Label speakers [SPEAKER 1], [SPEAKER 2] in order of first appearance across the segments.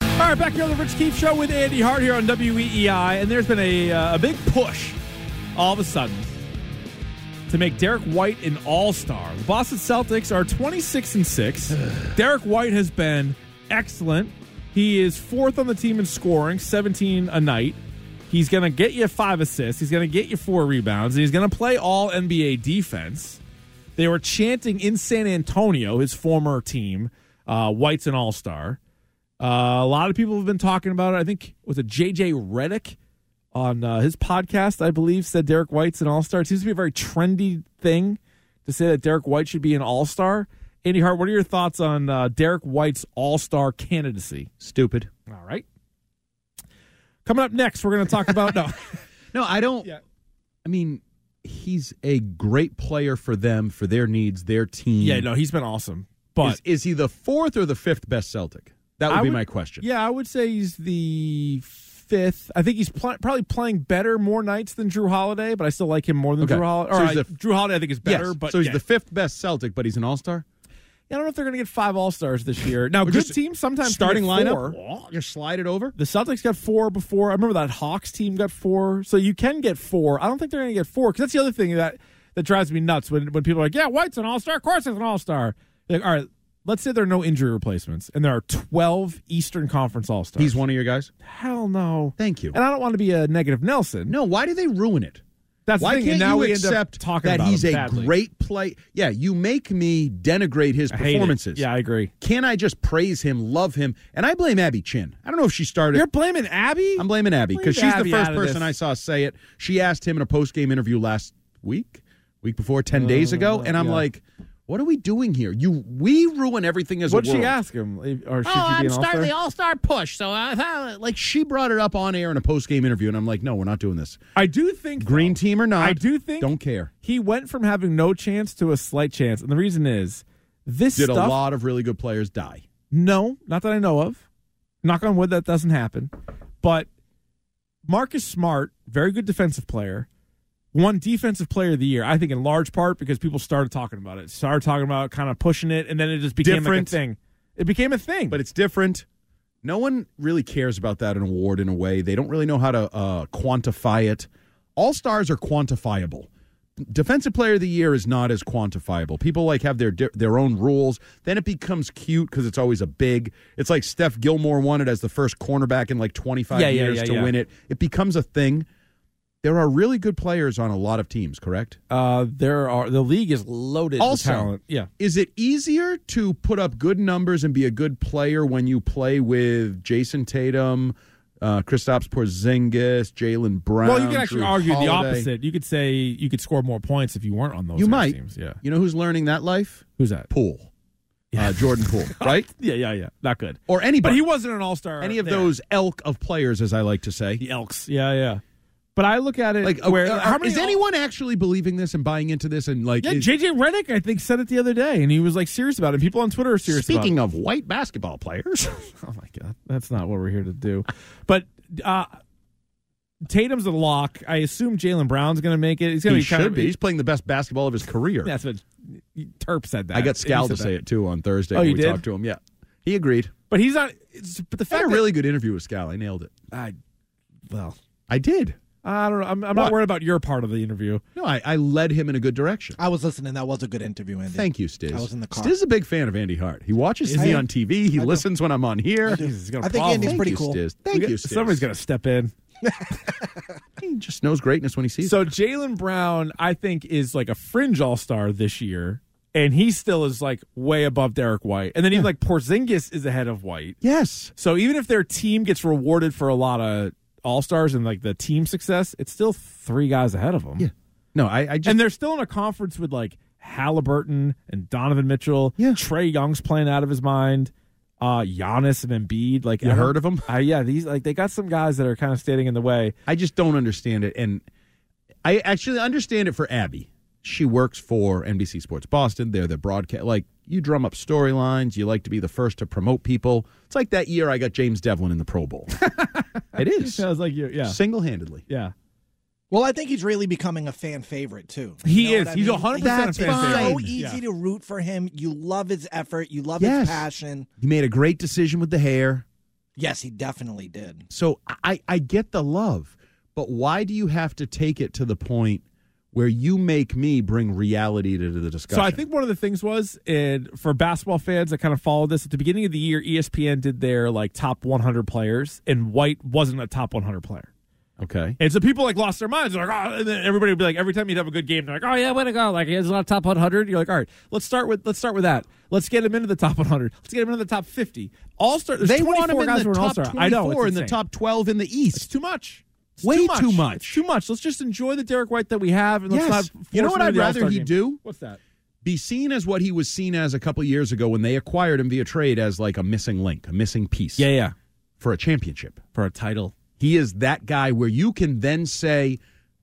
[SPEAKER 1] All right, back here on the Rich Keefe Show with Andy Hart here on WEEI, and there's been a, uh, a big push all of a sudden to make Derek White an All Star. The Boston Celtics are 26 and six. Derek White has been excellent. He is fourth on the team in scoring, 17 a night. He's going to get you five assists. He's going to get you four rebounds. And he's going to play all NBA defense. They were chanting in San Antonio, his former team, uh, White's an All Star. Uh, a lot of people have been talking about it. I think was it JJ Reddick on uh, his podcast, I believe, said Derek White's an All Star. It seems to be a very trendy thing to say that Derek White should be an All Star. Andy Hart, what are your thoughts on uh, Derek White's All Star candidacy?
[SPEAKER 2] Stupid.
[SPEAKER 1] All right. Coming up next, we're going to talk about no.
[SPEAKER 2] No, I don't.
[SPEAKER 1] Yeah.
[SPEAKER 2] I mean, he's a great player for them, for their needs, their team.
[SPEAKER 1] Yeah, no, he's been awesome, but
[SPEAKER 2] is, is he the fourth or the fifth best Celtic? That would
[SPEAKER 1] I
[SPEAKER 2] be
[SPEAKER 1] would-
[SPEAKER 2] my question.
[SPEAKER 1] Yeah, I would say he's the fifth. I think he's pl- probably playing better more nights than Drew Holiday, but I still like him more than
[SPEAKER 2] Okay.
[SPEAKER 1] Drew Holiday.
[SPEAKER 2] So
[SPEAKER 1] Or
[SPEAKER 2] he's
[SPEAKER 1] I-
[SPEAKER 2] the f-
[SPEAKER 1] Drew Holiday, I think, is better.
[SPEAKER 2] Yes.
[SPEAKER 1] But
[SPEAKER 2] so he's
[SPEAKER 1] yeah.
[SPEAKER 2] the fifth best Celtic, but he's an All Star.
[SPEAKER 1] I don't know if they're going to get five All Stars this year. Now, good
[SPEAKER 2] just
[SPEAKER 1] teams sometimes can
[SPEAKER 2] Starting
[SPEAKER 1] get
[SPEAKER 2] lineup,
[SPEAKER 1] four.
[SPEAKER 2] wah, just slide it over.
[SPEAKER 1] The Celtics got four before. I remember that Hawks team got four. So you can get four. I don't think they're going to get four because that's the other thing that that drives me nuts when when people are like, "Yeah, White's an All Star. Of course, he's an All Star." Like, all right, let's say there are no injury replacements, and there are twelve Eastern Conference All Stars.
[SPEAKER 2] He's one of your guys.
[SPEAKER 1] hell no.
[SPEAKER 2] Thank you.
[SPEAKER 1] And I don't want to be a negative Nelson.
[SPEAKER 2] No, why do they ruin it?
[SPEAKER 1] That's
[SPEAKER 2] Why
[SPEAKER 1] the thing.
[SPEAKER 2] can't
[SPEAKER 1] and now
[SPEAKER 2] you
[SPEAKER 1] we end
[SPEAKER 2] accept
[SPEAKER 1] up talking
[SPEAKER 2] that
[SPEAKER 1] about
[SPEAKER 2] he's
[SPEAKER 1] him
[SPEAKER 2] a
[SPEAKER 1] badly.
[SPEAKER 2] great play? Yeah, you make me denigrate his
[SPEAKER 1] I hate it.
[SPEAKER 2] performances.
[SPEAKER 1] Yeah, I agree.
[SPEAKER 2] Can I just praise him, love him? And I blame Abby Chin. I don't know if she started.
[SPEAKER 1] You're blaming Abby.
[SPEAKER 2] I'm blaming Abby because
[SPEAKER 1] Leave
[SPEAKER 2] she's the
[SPEAKER 1] Abby
[SPEAKER 2] first
[SPEAKER 1] out of
[SPEAKER 2] person
[SPEAKER 1] this.
[SPEAKER 2] I saw say it. She asked him in a post game interview last week, week before, ten days ago, and
[SPEAKER 1] Oh,
[SPEAKER 2] I'm
[SPEAKER 1] yeah.
[SPEAKER 2] like, "What are we doing here? You, we ruin everything as
[SPEAKER 1] What'd
[SPEAKER 2] a world."
[SPEAKER 1] she ask him? Or should
[SPEAKER 2] Oh,
[SPEAKER 1] she be
[SPEAKER 2] I'm
[SPEAKER 1] an All-Star?
[SPEAKER 2] starting the All Star push. So, I thought like, she brought it up on air in a post game interview, and I'm like, "No, we're not doing this.
[SPEAKER 1] I do think
[SPEAKER 2] Green
[SPEAKER 1] though,
[SPEAKER 2] team or not,
[SPEAKER 1] I do think
[SPEAKER 2] don't care."
[SPEAKER 1] he went from having no chance to a slight chance, and the reason is this
[SPEAKER 2] Did
[SPEAKER 1] stuff.
[SPEAKER 2] a lot of really good players die?
[SPEAKER 1] No, not that I know of. Knock on wood, that doesn't happen. But Marcus Smart, very good defensive player, won Defensive Player of the Year. I think in large part because people started talking about it, started talking about it, kind of pushing it, and then it just became like,
[SPEAKER 2] Different.
[SPEAKER 1] a thing. It became a thing.
[SPEAKER 2] but it's different. No one really cares about that an award in a way. They don't really know how to uh, quantify it. All stars are quantifiable. Defensive Player of the Year is not as quantifiable. People like have their di- their own rules. Then it becomes cute because it's always a big. It's like Steph Gilmore won it as the first cornerback in like 25
[SPEAKER 1] Yeah, yeah,
[SPEAKER 2] years
[SPEAKER 1] yeah,
[SPEAKER 2] to
[SPEAKER 1] yeah.
[SPEAKER 2] win it. It becomes a thing. There are really good players on a lot of teams. Correct.
[SPEAKER 1] uh, there are the league is loaded
[SPEAKER 2] Also-
[SPEAKER 1] with talent. Yeah,
[SPEAKER 2] Is it easier to put up good numbers and be a good player when you play with Jason Tatum, uh, Kristaps Porzingis, Jalen Brown?
[SPEAKER 1] Well, you could actually
[SPEAKER 2] Drew
[SPEAKER 1] argue the
[SPEAKER 2] Holiday?
[SPEAKER 1] opposite. You could say you could score more points if you weren't on those
[SPEAKER 2] You
[SPEAKER 1] other
[SPEAKER 2] might.
[SPEAKER 1] teams. Yeah.
[SPEAKER 2] You know who's learning that life?
[SPEAKER 1] Who's that?
[SPEAKER 2] Poole. Uh, Jordan Poole, right?
[SPEAKER 1] Yeah, yeah, yeah. Not good.
[SPEAKER 2] Or
[SPEAKER 1] But
[SPEAKER 2] anybody.
[SPEAKER 1] he wasn't an all star.
[SPEAKER 2] any of those elk of players, as I like to say.
[SPEAKER 1] the Elks. Yeah, yeah. But I look at it
[SPEAKER 2] Like,
[SPEAKER 1] where
[SPEAKER 2] uh,
[SPEAKER 1] how many
[SPEAKER 2] is
[SPEAKER 1] Al-
[SPEAKER 2] anyone actually believing this and buying into this? And like,
[SPEAKER 1] Yeah,
[SPEAKER 2] is-
[SPEAKER 1] JJ Reddick, I think, said it the other day, and he was like serious about it. People on Twitter are serious about it.
[SPEAKER 2] speaking of white basketball players,
[SPEAKER 1] Oh my god, that's not what we're here to do. But uh Tatum's a lock. I assume Jalen Brown's going to make it. He's going
[SPEAKER 2] he
[SPEAKER 1] to be kind
[SPEAKER 2] should
[SPEAKER 1] of,
[SPEAKER 2] be. He's playing the best basketball of his career.
[SPEAKER 1] That's what Terp said. That
[SPEAKER 2] I got
[SPEAKER 1] He
[SPEAKER 2] Scal
[SPEAKER 1] said that.
[SPEAKER 2] to say it too on Thursday
[SPEAKER 1] Oh,
[SPEAKER 2] when
[SPEAKER 1] you
[SPEAKER 2] we
[SPEAKER 1] did?
[SPEAKER 2] talked to him. Yeah, he agreed.
[SPEAKER 1] but he's not. It's, but the
[SPEAKER 2] I
[SPEAKER 1] fact
[SPEAKER 2] had a
[SPEAKER 1] that
[SPEAKER 2] really good interview with Scal. I nailed it.
[SPEAKER 1] I, well,
[SPEAKER 2] I did.
[SPEAKER 1] I don't know. I'm, I'm
[SPEAKER 2] What?
[SPEAKER 1] not worried about your part of the interview.
[SPEAKER 2] No, I, I led him in a good direction.
[SPEAKER 3] I was listening. That was a good interview, Andy.
[SPEAKER 2] Thank you, Stiz.
[SPEAKER 3] I was in the car.
[SPEAKER 2] Stiz is a big fan of Andy Hart. He watches
[SPEAKER 1] Is
[SPEAKER 2] me
[SPEAKER 1] he?
[SPEAKER 2] on TV. He listens when I'm on here.
[SPEAKER 1] Jesus, he's got a
[SPEAKER 3] I think
[SPEAKER 1] problem.
[SPEAKER 3] Andy's
[SPEAKER 2] Thank
[SPEAKER 3] pretty
[SPEAKER 2] you,
[SPEAKER 3] cool.
[SPEAKER 2] Stiz.
[SPEAKER 1] We
[SPEAKER 2] Thank
[SPEAKER 1] got-
[SPEAKER 2] you, Stiz.
[SPEAKER 1] Somebody's going to step in.
[SPEAKER 2] He just knows greatness when he sees it.
[SPEAKER 1] So Jalen Brown, I think, is like a fringe all star this year, and he still is like way above Derek White. And then even like Porzingis is ahead of White.
[SPEAKER 2] Yes.
[SPEAKER 1] So even if their team gets rewarded for a lot of all stars and like the team success, it's still three guys ahead of them.
[SPEAKER 2] Yeah. No, I, I just.
[SPEAKER 1] And they're still in a conference with like Halliburton and Donovan Mitchell.
[SPEAKER 2] Yeah.
[SPEAKER 1] Trey Young's playing out of his mind. Uh, Giannis and Embiid. Like
[SPEAKER 2] You
[SPEAKER 1] I don't-
[SPEAKER 2] heard of 'em?
[SPEAKER 1] Uh, yeah, these like they got some guys that are kind of standing in the way.
[SPEAKER 2] I just don't understand it. And I actually understand it for Abby. She works for NBC Sports Boston. They're the broadcast. Like, you drum up storylines. You like to be the first to promote people. It's like that year I got James Devlin in the Pro Bowl. it is.
[SPEAKER 1] I was like, yeah, yeah,
[SPEAKER 2] Single handedly.
[SPEAKER 1] yeah.
[SPEAKER 3] Well, I think he's really becoming a fan favorite too.
[SPEAKER 1] He
[SPEAKER 3] what
[SPEAKER 1] is.
[SPEAKER 3] I
[SPEAKER 1] He's
[SPEAKER 3] mean?
[SPEAKER 1] 100% a
[SPEAKER 3] It's
[SPEAKER 1] fan
[SPEAKER 3] So
[SPEAKER 1] favorite.
[SPEAKER 3] easy
[SPEAKER 1] Yeah.
[SPEAKER 3] to root for him. You love his effort. You love
[SPEAKER 2] Yes.
[SPEAKER 3] his passion.
[SPEAKER 2] He made a great decision with the hair.
[SPEAKER 3] Yes, he definitely did.
[SPEAKER 2] So I, I get the love, but why do you have to take it to the point where you make me bring reality to the discussion?
[SPEAKER 1] So I think one of the things was, and for basketball fans that kind of follow this, at the beginning of the year, E ESPN did their like top 100 players, and White wasn't a top 100 player.
[SPEAKER 2] okay.
[SPEAKER 1] And so people like lost their minds. They're like, oh, and then everybody would be like, every time you'd have a good game, they're like, oh yeah, way to go! Like he has a lot of top 100. You're like, all right, let's start with let's start with that. Let's get him into the top 100. Let's get him into the top 50. All star.
[SPEAKER 2] They want him in
[SPEAKER 1] guys
[SPEAKER 2] the
[SPEAKER 1] who are
[SPEAKER 2] top
[SPEAKER 1] all-star.
[SPEAKER 2] 24
[SPEAKER 1] I know it's
[SPEAKER 2] in the
[SPEAKER 1] insane.
[SPEAKER 2] top 12 in the East.
[SPEAKER 1] It's too much. It's
[SPEAKER 2] Way too much.
[SPEAKER 1] It's too much. Let's just enjoy the Derek White that we have, and let's
[SPEAKER 2] Yes.
[SPEAKER 1] not.
[SPEAKER 2] You know
[SPEAKER 1] force
[SPEAKER 2] what
[SPEAKER 1] him
[SPEAKER 2] I'd
[SPEAKER 1] into the
[SPEAKER 2] rather
[SPEAKER 1] All-Star
[SPEAKER 2] he
[SPEAKER 1] game.
[SPEAKER 2] do?
[SPEAKER 1] What's that?
[SPEAKER 2] be seen as what he was seen as a couple years ago when they acquired him via trade as like a missing link, a missing piece
[SPEAKER 1] Yeah, yeah.
[SPEAKER 2] for a championship.
[SPEAKER 1] For a title.
[SPEAKER 2] He is that guy where you can then say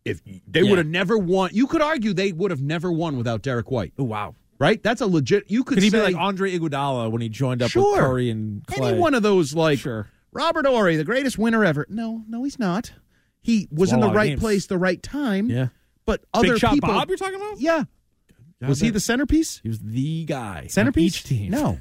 [SPEAKER 2] if they
[SPEAKER 1] Yeah.
[SPEAKER 2] would have never won, you could argue they would have never won without Derek White,
[SPEAKER 1] Oh wow.
[SPEAKER 2] right? That's a legit. You could,
[SPEAKER 1] Could he
[SPEAKER 2] say
[SPEAKER 1] be like Andre Iguodala when he joined up
[SPEAKER 2] Sure.
[SPEAKER 1] with Curry and Clay?
[SPEAKER 2] any one of those like
[SPEAKER 1] Sure.
[SPEAKER 2] Robert Ory, the greatest winner ever. No, no, he's not. He was
[SPEAKER 1] won
[SPEAKER 2] in
[SPEAKER 1] a
[SPEAKER 2] the
[SPEAKER 1] lot of
[SPEAKER 2] right
[SPEAKER 1] games.
[SPEAKER 2] place, the right time.
[SPEAKER 1] Yeah.
[SPEAKER 2] but
[SPEAKER 1] Big
[SPEAKER 2] other
[SPEAKER 1] Shot
[SPEAKER 2] people.
[SPEAKER 1] Bob you're talking about?
[SPEAKER 2] yeah,
[SPEAKER 1] Yeah, I
[SPEAKER 2] was he
[SPEAKER 1] bet.
[SPEAKER 2] the centerpiece?
[SPEAKER 1] He was the guy.
[SPEAKER 2] centerpiece?
[SPEAKER 1] on Each team.
[SPEAKER 2] No.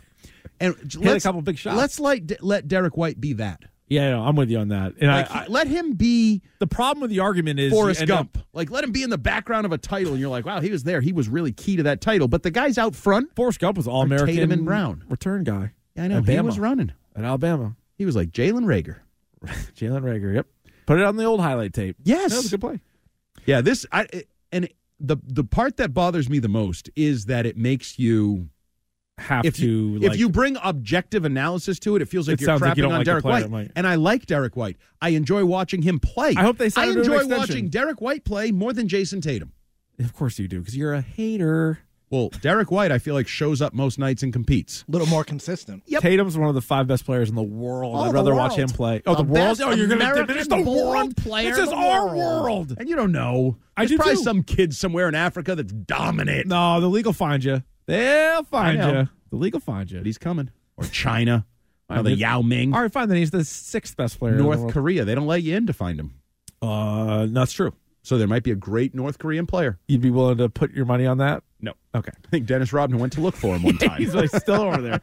[SPEAKER 2] And j-
[SPEAKER 1] had a
[SPEAKER 2] let's-
[SPEAKER 1] couple big shots.
[SPEAKER 2] Let's like d- let Derek White be that.
[SPEAKER 1] Yeah, no, I'm with you on that. And
[SPEAKER 2] Like
[SPEAKER 1] I,
[SPEAKER 2] he-
[SPEAKER 1] I,
[SPEAKER 2] let him be
[SPEAKER 1] the problem with the argument is you
[SPEAKER 2] Forrest
[SPEAKER 1] end up-
[SPEAKER 2] Gump. like let him be in the background of a title, and you're like, wow, he was there. He was really key to that title. But the guy's out front.
[SPEAKER 1] Forrest Gump was all American.
[SPEAKER 2] Tatum and Brown.
[SPEAKER 1] return guy.
[SPEAKER 2] I know
[SPEAKER 1] At
[SPEAKER 2] he
[SPEAKER 1] Bama.
[SPEAKER 2] was running.
[SPEAKER 1] at Alabama.
[SPEAKER 2] He was like Jalen Rager.
[SPEAKER 1] Jalen Rager. Yep. Put it on the old highlight tape.
[SPEAKER 2] Yes.
[SPEAKER 1] that was a good play.
[SPEAKER 2] Yeah, this I it- and it- the the part that bothers me the most is that it makes you
[SPEAKER 1] Have
[SPEAKER 2] if
[SPEAKER 1] to
[SPEAKER 2] you,
[SPEAKER 1] like,
[SPEAKER 2] if you bring objective analysis to it, it feels like
[SPEAKER 1] It
[SPEAKER 2] you're
[SPEAKER 1] sounds
[SPEAKER 2] crapping
[SPEAKER 1] like you don't
[SPEAKER 2] on
[SPEAKER 1] like the
[SPEAKER 2] Derek
[SPEAKER 1] player,
[SPEAKER 2] White.
[SPEAKER 1] Mike.
[SPEAKER 2] And I like Derek White. I enjoy watching him play.
[SPEAKER 1] I hope they sign
[SPEAKER 2] I
[SPEAKER 1] him to an
[SPEAKER 2] enjoy
[SPEAKER 1] extension.
[SPEAKER 2] watching Derek White play more than Jason Tatum.
[SPEAKER 1] Of course you do, because you're a hater.
[SPEAKER 2] Well, Derek White, I feel like shows up most nights and competes.
[SPEAKER 3] A little more consistent.
[SPEAKER 2] Yep.
[SPEAKER 1] Tatum's one of the five best players in the world.
[SPEAKER 2] Oh,
[SPEAKER 1] I'd
[SPEAKER 2] the
[SPEAKER 1] rather watch
[SPEAKER 2] world.
[SPEAKER 1] him play. Oh, the,
[SPEAKER 2] The
[SPEAKER 1] world.
[SPEAKER 2] best
[SPEAKER 1] Oh, you're going to
[SPEAKER 2] American
[SPEAKER 1] diminish the
[SPEAKER 2] born
[SPEAKER 1] world
[SPEAKER 2] player
[SPEAKER 1] This
[SPEAKER 2] in
[SPEAKER 1] is
[SPEAKER 2] the
[SPEAKER 1] our
[SPEAKER 2] world.
[SPEAKER 1] world.
[SPEAKER 2] And you don't know.
[SPEAKER 1] I
[SPEAKER 2] There's
[SPEAKER 1] do
[SPEAKER 2] probably
[SPEAKER 1] too.
[SPEAKER 2] some kid somewhere in Africa that's dominant.
[SPEAKER 1] No, the league will find you. They'll find
[SPEAKER 2] I know.
[SPEAKER 1] you. The league will find you.
[SPEAKER 2] But he's coming. Or China.
[SPEAKER 1] I
[SPEAKER 2] or the
[SPEAKER 1] mean-
[SPEAKER 2] Yao Ming.
[SPEAKER 1] All right, fine. Then he's the sixth best player. in
[SPEAKER 2] North
[SPEAKER 1] the
[SPEAKER 2] Korea. They don't let you in to find him.
[SPEAKER 1] Korea. Uh, no, that's true.
[SPEAKER 2] So there might be a great North Korean player.
[SPEAKER 1] You'd be willing to put your money on that?
[SPEAKER 2] No.
[SPEAKER 1] Okay.
[SPEAKER 2] I think Dennis Rodman went to look for him one time.
[SPEAKER 1] He's like still over there.